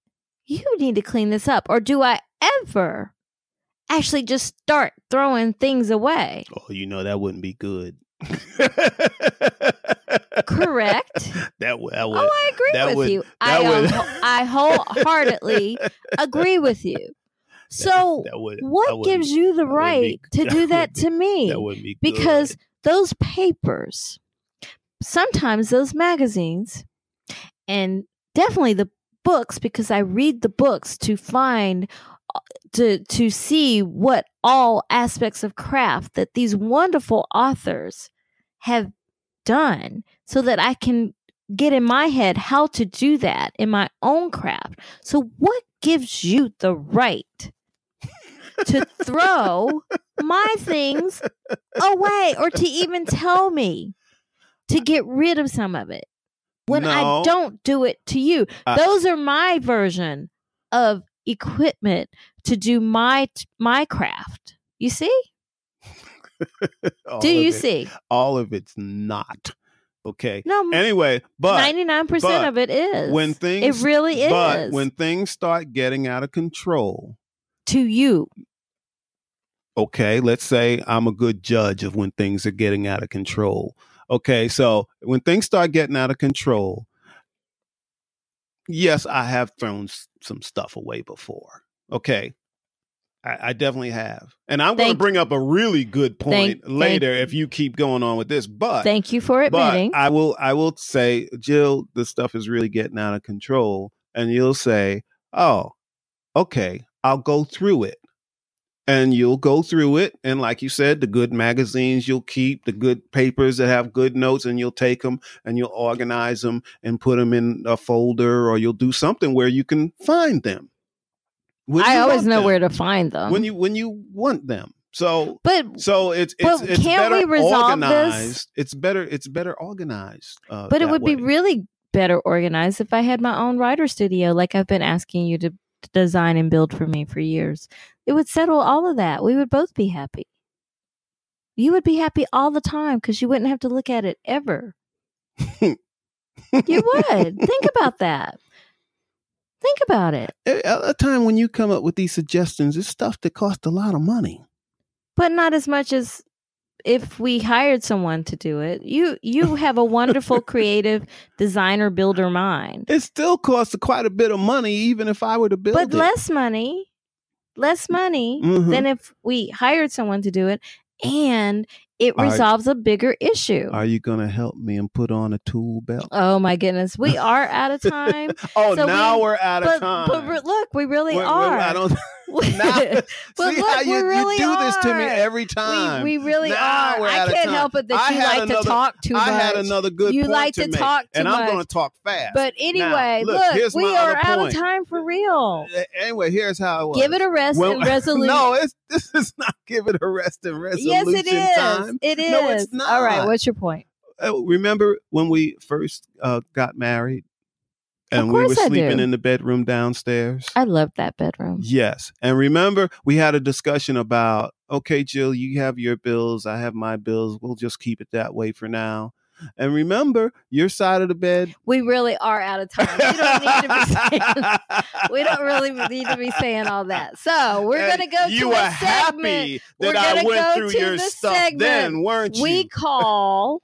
[SPEAKER 1] you need to clean this up or do I ever actually just start throwing things away?
[SPEAKER 2] Oh, you know that wouldn't be good.
[SPEAKER 1] Correct?
[SPEAKER 2] That would. That would.
[SPEAKER 1] oh, I agree
[SPEAKER 2] that
[SPEAKER 1] with
[SPEAKER 2] would-
[SPEAKER 1] you.
[SPEAKER 2] that
[SPEAKER 1] I um,
[SPEAKER 2] would-
[SPEAKER 1] I wholeheartedly agree with you. So,
[SPEAKER 2] that would. that
[SPEAKER 1] what
[SPEAKER 2] would-
[SPEAKER 1] gives you the
[SPEAKER 2] that would be-
[SPEAKER 1] right to
[SPEAKER 2] that
[SPEAKER 1] do
[SPEAKER 2] would
[SPEAKER 1] that
[SPEAKER 2] be-
[SPEAKER 1] to me?
[SPEAKER 2] That would be good.
[SPEAKER 1] because those papers, sometimes those magazines, and definitely the books, because I read the books to find uh, to to see what all aspects of craft that these wonderful authors have done, so that I can get in my head how to do that in my own craft. So, what gives you the right to throw my things away or to even tell me to get rid of some of it when I
[SPEAKER 2] No. Uh
[SPEAKER 1] don't do it to you.
[SPEAKER 2] I-
[SPEAKER 1] Those are my version of equipment to do my my craft. You see?
[SPEAKER 2] All
[SPEAKER 1] do
[SPEAKER 2] of
[SPEAKER 1] you
[SPEAKER 2] it-
[SPEAKER 1] see?
[SPEAKER 2] All of it's not okay.
[SPEAKER 1] No,
[SPEAKER 2] Anyway, but
[SPEAKER 1] ninety nine percent
[SPEAKER 2] but
[SPEAKER 1] of it is.
[SPEAKER 2] when
[SPEAKER 1] it
[SPEAKER 2] things
[SPEAKER 1] really is
[SPEAKER 2] but when things start getting out of control,
[SPEAKER 1] to you.
[SPEAKER 2] okay, let's say I'm a good judge of when things are getting out of control. Okay, so when things start getting out of control, yes, I have thrown s- some stuff away before. Okay. I, I definitely have. And I'm going to
[SPEAKER 1] Thank-
[SPEAKER 2] bring up a really good
[SPEAKER 1] thank-
[SPEAKER 2] point later if you keep going on with this, but
[SPEAKER 1] Thank you for admitting.
[SPEAKER 2] Uh, but I will I will say, Jill, the stuff is really getting out of control. And you'll say, Oh, okay, I'll go through it. And you'll go through it. And like you said, the good magazines you'll keep, the good papers that have good notes, and you'll take them and you'll organize them and put them in a folder or you'll do something where you can find them. When
[SPEAKER 1] I
[SPEAKER 2] you
[SPEAKER 1] always
[SPEAKER 2] want
[SPEAKER 1] know
[SPEAKER 2] them.
[SPEAKER 1] where to find them.
[SPEAKER 2] when you when you want them. So
[SPEAKER 1] but
[SPEAKER 2] so it's
[SPEAKER 1] But
[SPEAKER 2] it's, it's
[SPEAKER 1] can't
[SPEAKER 2] better
[SPEAKER 1] we resolve this?
[SPEAKER 2] organized. It's better it's better organized. Uh,
[SPEAKER 1] but it
[SPEAKER 2] that
[SPEAKER 1] would be
[SPEAKER 2] way.
[SPEAKER 1] really better organized if I had my own writer studio, like I've been asking you to, to design and build for me for years. It would settle all of that. We would both be happy. You would be happy all the time because you wouldn't have to look at it ever. You would. Think about that. Think about it.
[SPEAKER 2] At a time when you come up with these suggestions, it's stuff that costs a lot of money.
[SPEAKER 1] But not as much as if we hired someone to do it. You you have a wonderful creative designer builder mind.
[SPEAKER 2] It still costs quite a bit of money, even if I were to build
[SPEAKER 1] But
[SPEAKER 2] it.
[SPEAKER 1] less money. Less money
[SPEAKER 2] Mhm.
[SPEAKER 1] than if we hired someone to do it and it
[SPEAKER 2] Are-
[SPEAKER 1] resolves a bigger issue.
[SPEAKER 2] Are you going to help me and put on a tool belt?
[SPEAKER 1] Oh my goodness, we are out of time.
[SPEAKER 2] Oh,
[SPEAKER 1] So
[SPEAKER 2] now
[SPEAKER 1] we-
[SPEAKER 2] we, are out
[SPEAKER 1] but,
[SPEAKER 2] of time.
[SPEAKER 1] but re- look, we really
[SPEAKER 2] We're- we're-
[SPEAKER 1] are.
[SPEAKER 2] I don't. Now,
[SPEAKER 1] But look,
[SPEAKER 2] see how
[SPEAKER 1] we
[SPEAKER 2] you, you
[SPEAKER 1] really
[SPEAKER 2] do this to me
[SPEAKER 1] are.
[SPEAKER 2] every
[SPEAKER 1] we,
[SPEAKER 2] time.
[SPEAKER 1] we really
[SPEAKER 2] Now
[SPEAKER 1] are.
[SPEAKER 2] we're
[SPEAKER 1] I
[SPEAKER 2] out of
[SPEAKER 1] can't
[SPEAKER 2] time.
[SPEAKER 1] help it that
[SPEAKER 2] I
[SPEAKER 1] you
[SPEAKER 2] had
[SPEAKER 1] like
[SPEAKER 2] another-
[SPEAKER 1] to talk too much.
[SPEAKER 2] I had another good
[SPEAKER 1] You
[SPEAKER 2] point
[SPEAKER 1] like to
[SPEAKER 2] make,
[SPEAKER 1] talk too
[SPEAKER 2] and I'm
[SPEAKER 1] much.
[SPEAKER 2] going to talk fast.
[SPEAKER 1] But anyway,
[SPEAKER 2] look,
[SPEAKER 1] look,
[SPEAKER 2] here's
[SPEAKER 1] we
[SPEAKER 2] my
[SPEAKER 1] are
[SPEAKER 2] other
[SPEAKER 1] out of
[SPEAKER 2] point.
[SPEAKER 1] time for real.
[SPEAKER 2] Uh, anyway, here's how it was.
[SPEAKER 1] Give it a rest
[SPEAKER 2] Well,
[SPEAKER 1] and resolution.
[SPEAKER 2] No, it's this is not give it a rest and resolution
[SPEAKER 1] yes, it is.
[SPEAKER 2] time.
[SPEAKER 1] It is.
[SPEAKER 2] No, it's
[SPEAKER 1] All right,
[SPEAKER 2] not.
[SPEAKER 1] what's your point?
[SPEAKER 2] Uh, remember when we first uh, got married,
[SPEAKER 1] Of
[SPEAKER 2] and we were
[SPEAKER 1] course I
[SPEAKER 2] sleeping
[SPEAKER 1] do.
[SPEAKER 2] in the bedroom downstairs.
[SPEAKER 1] I loved that bedroom.
[SPEAKER 2] Yes. And remember, we had a discussion about okay, Jill, you have your bills, I have my bills. We'll just keep it that way for now. And remember, your side of the bed.
[SPEAKER 1] We really are out of time. We don't need to be saying. We don't really need to be saying all that. So we're
[SPEAKER 2] And
[SPEAKER 1] gonna go
[SPEAKER 2] You
[SPEAKER 1] to
[SPEAKER 2] were
[SPEAKER 1] a segment
[SPEAKER 2] happy
[SPEAKER 1] We're
[SPEAKER 2] that I
[SPEAKER 1] gonna
[SPEAKER 2] went
[SPEAKER 1] go
[SPEAKER 2] through
[SPEAKER 1] to
[SPEAKER 2] your
[SPEAKER 1] the
[SPEAKER 2] stuff
[SPEAKER 1] segment.
[SPEAKER 2] then, weren't you?
[SPEAKER 1] we call.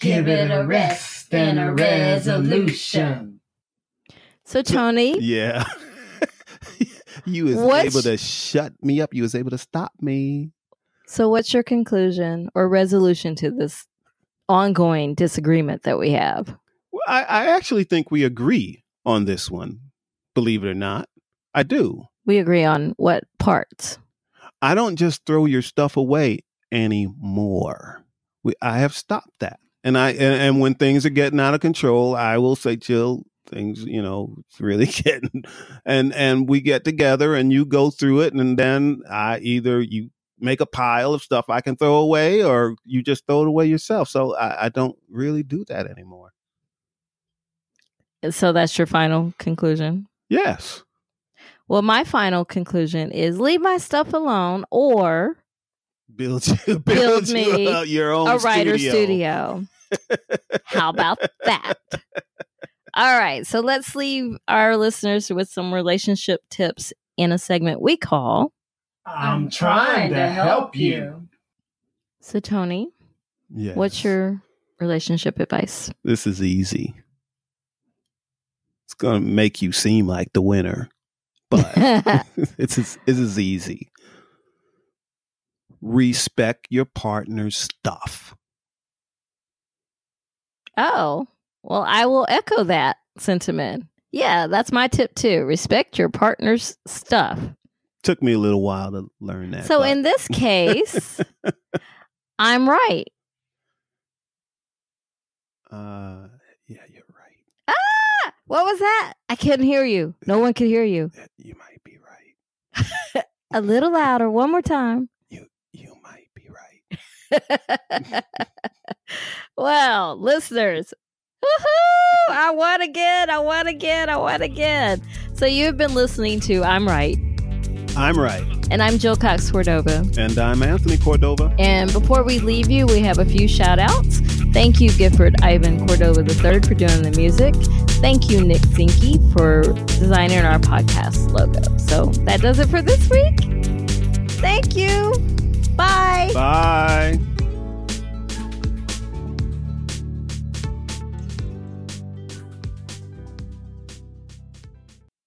[SPEAKER 3] Give it a rest and a resolution.
[SPEAKER 1] So Tony,
[SPEAKER 2] yeah. you was
[SPEAKER 1] What's-
[SPEAKER 2] able to shut me up. You was able to stop me.
[SPEAKER 1] so what's your conclusion or resolution to this ongoing disagreement that we have?
[SPEAKER 2] Well, I, I actually think we agree on this one. Believe it or not, I do.
[SPEAKER 1] We agree on what parts.
[SPEAKER 2] I don't just throw your stuff away anymore. We, I have stopped that. And I and, and when things are getting out of control, I will say, Jill, things, you know, it's really getting and and we get together and you go through it and then I either you make a pile of stuff I can throw away or you just throw it away yourself. So I, I don't really do that anymore.
[SPEAKER 1] So that's your final conclusion.
[SPEAKER 2] Yes.
[SPEAKER 1] Well, my final conclusion is leave my stuff alone or
[SPEAKER 2] Build you build,
[SPEAKER 1] Build
[SPEAKER 2] you
[SPEAKER 1] me
[SPEAKER 2] a- your own
[SPEAKER 1] a writer studio. How about that? All right. So let's leave our listeners with some relationship tips in a segment we call.
[SPEAKER 3] I'm trying to help you.
[SPEAKER 1] So, Tony,
[SPEAKER 2] Yes.
[SPEAKER 1] what's your relationship advice?
[SPEAKER 2] This is easy. It's going to make you seem like the winner, but it's as, it's as easy. Respect your partner's stuff.
[SPEAKER 1] oh, well, I will echo that sentiment. Yeah, that's my tip too. Respect your partner's stuff.
[SPEAKER 2] Took me a little while to learn that.
[SPEAKER 1] So,
[SPEAKER 2] but
[SPEAKER 1] in this case, I'm right.
[SPEAKER 2] uh, yeah, you're right.
[SPEAKER 1] Ah, what was that? I couldn't hear you. No one could hear you.
[SPEAKER 2] You might be right.
[SPEAKER 1] A little louder, one more time.
[SPEAKER 2] You might be right.
[SPEAKER 1] well, listeners, woohoo! I won again. I won again. I won again. So you've been listening to I'm Right,
[SPEAKER 2] I'm right,
[SPEAKER 1] and I'm Jill Cox Cordova.
[SPEAKER 2] and I'm Anthony Cordova.
[SPEAKER 1] And before we leave you, we have a few shout outs. Thank you, Gifford Ivan Cordova III, for doing the music. Thank you, Nick Zinke, for designing our podcast logo. So that does it for this week. Thank you. Bye.
[SPEAKER 2] Bye.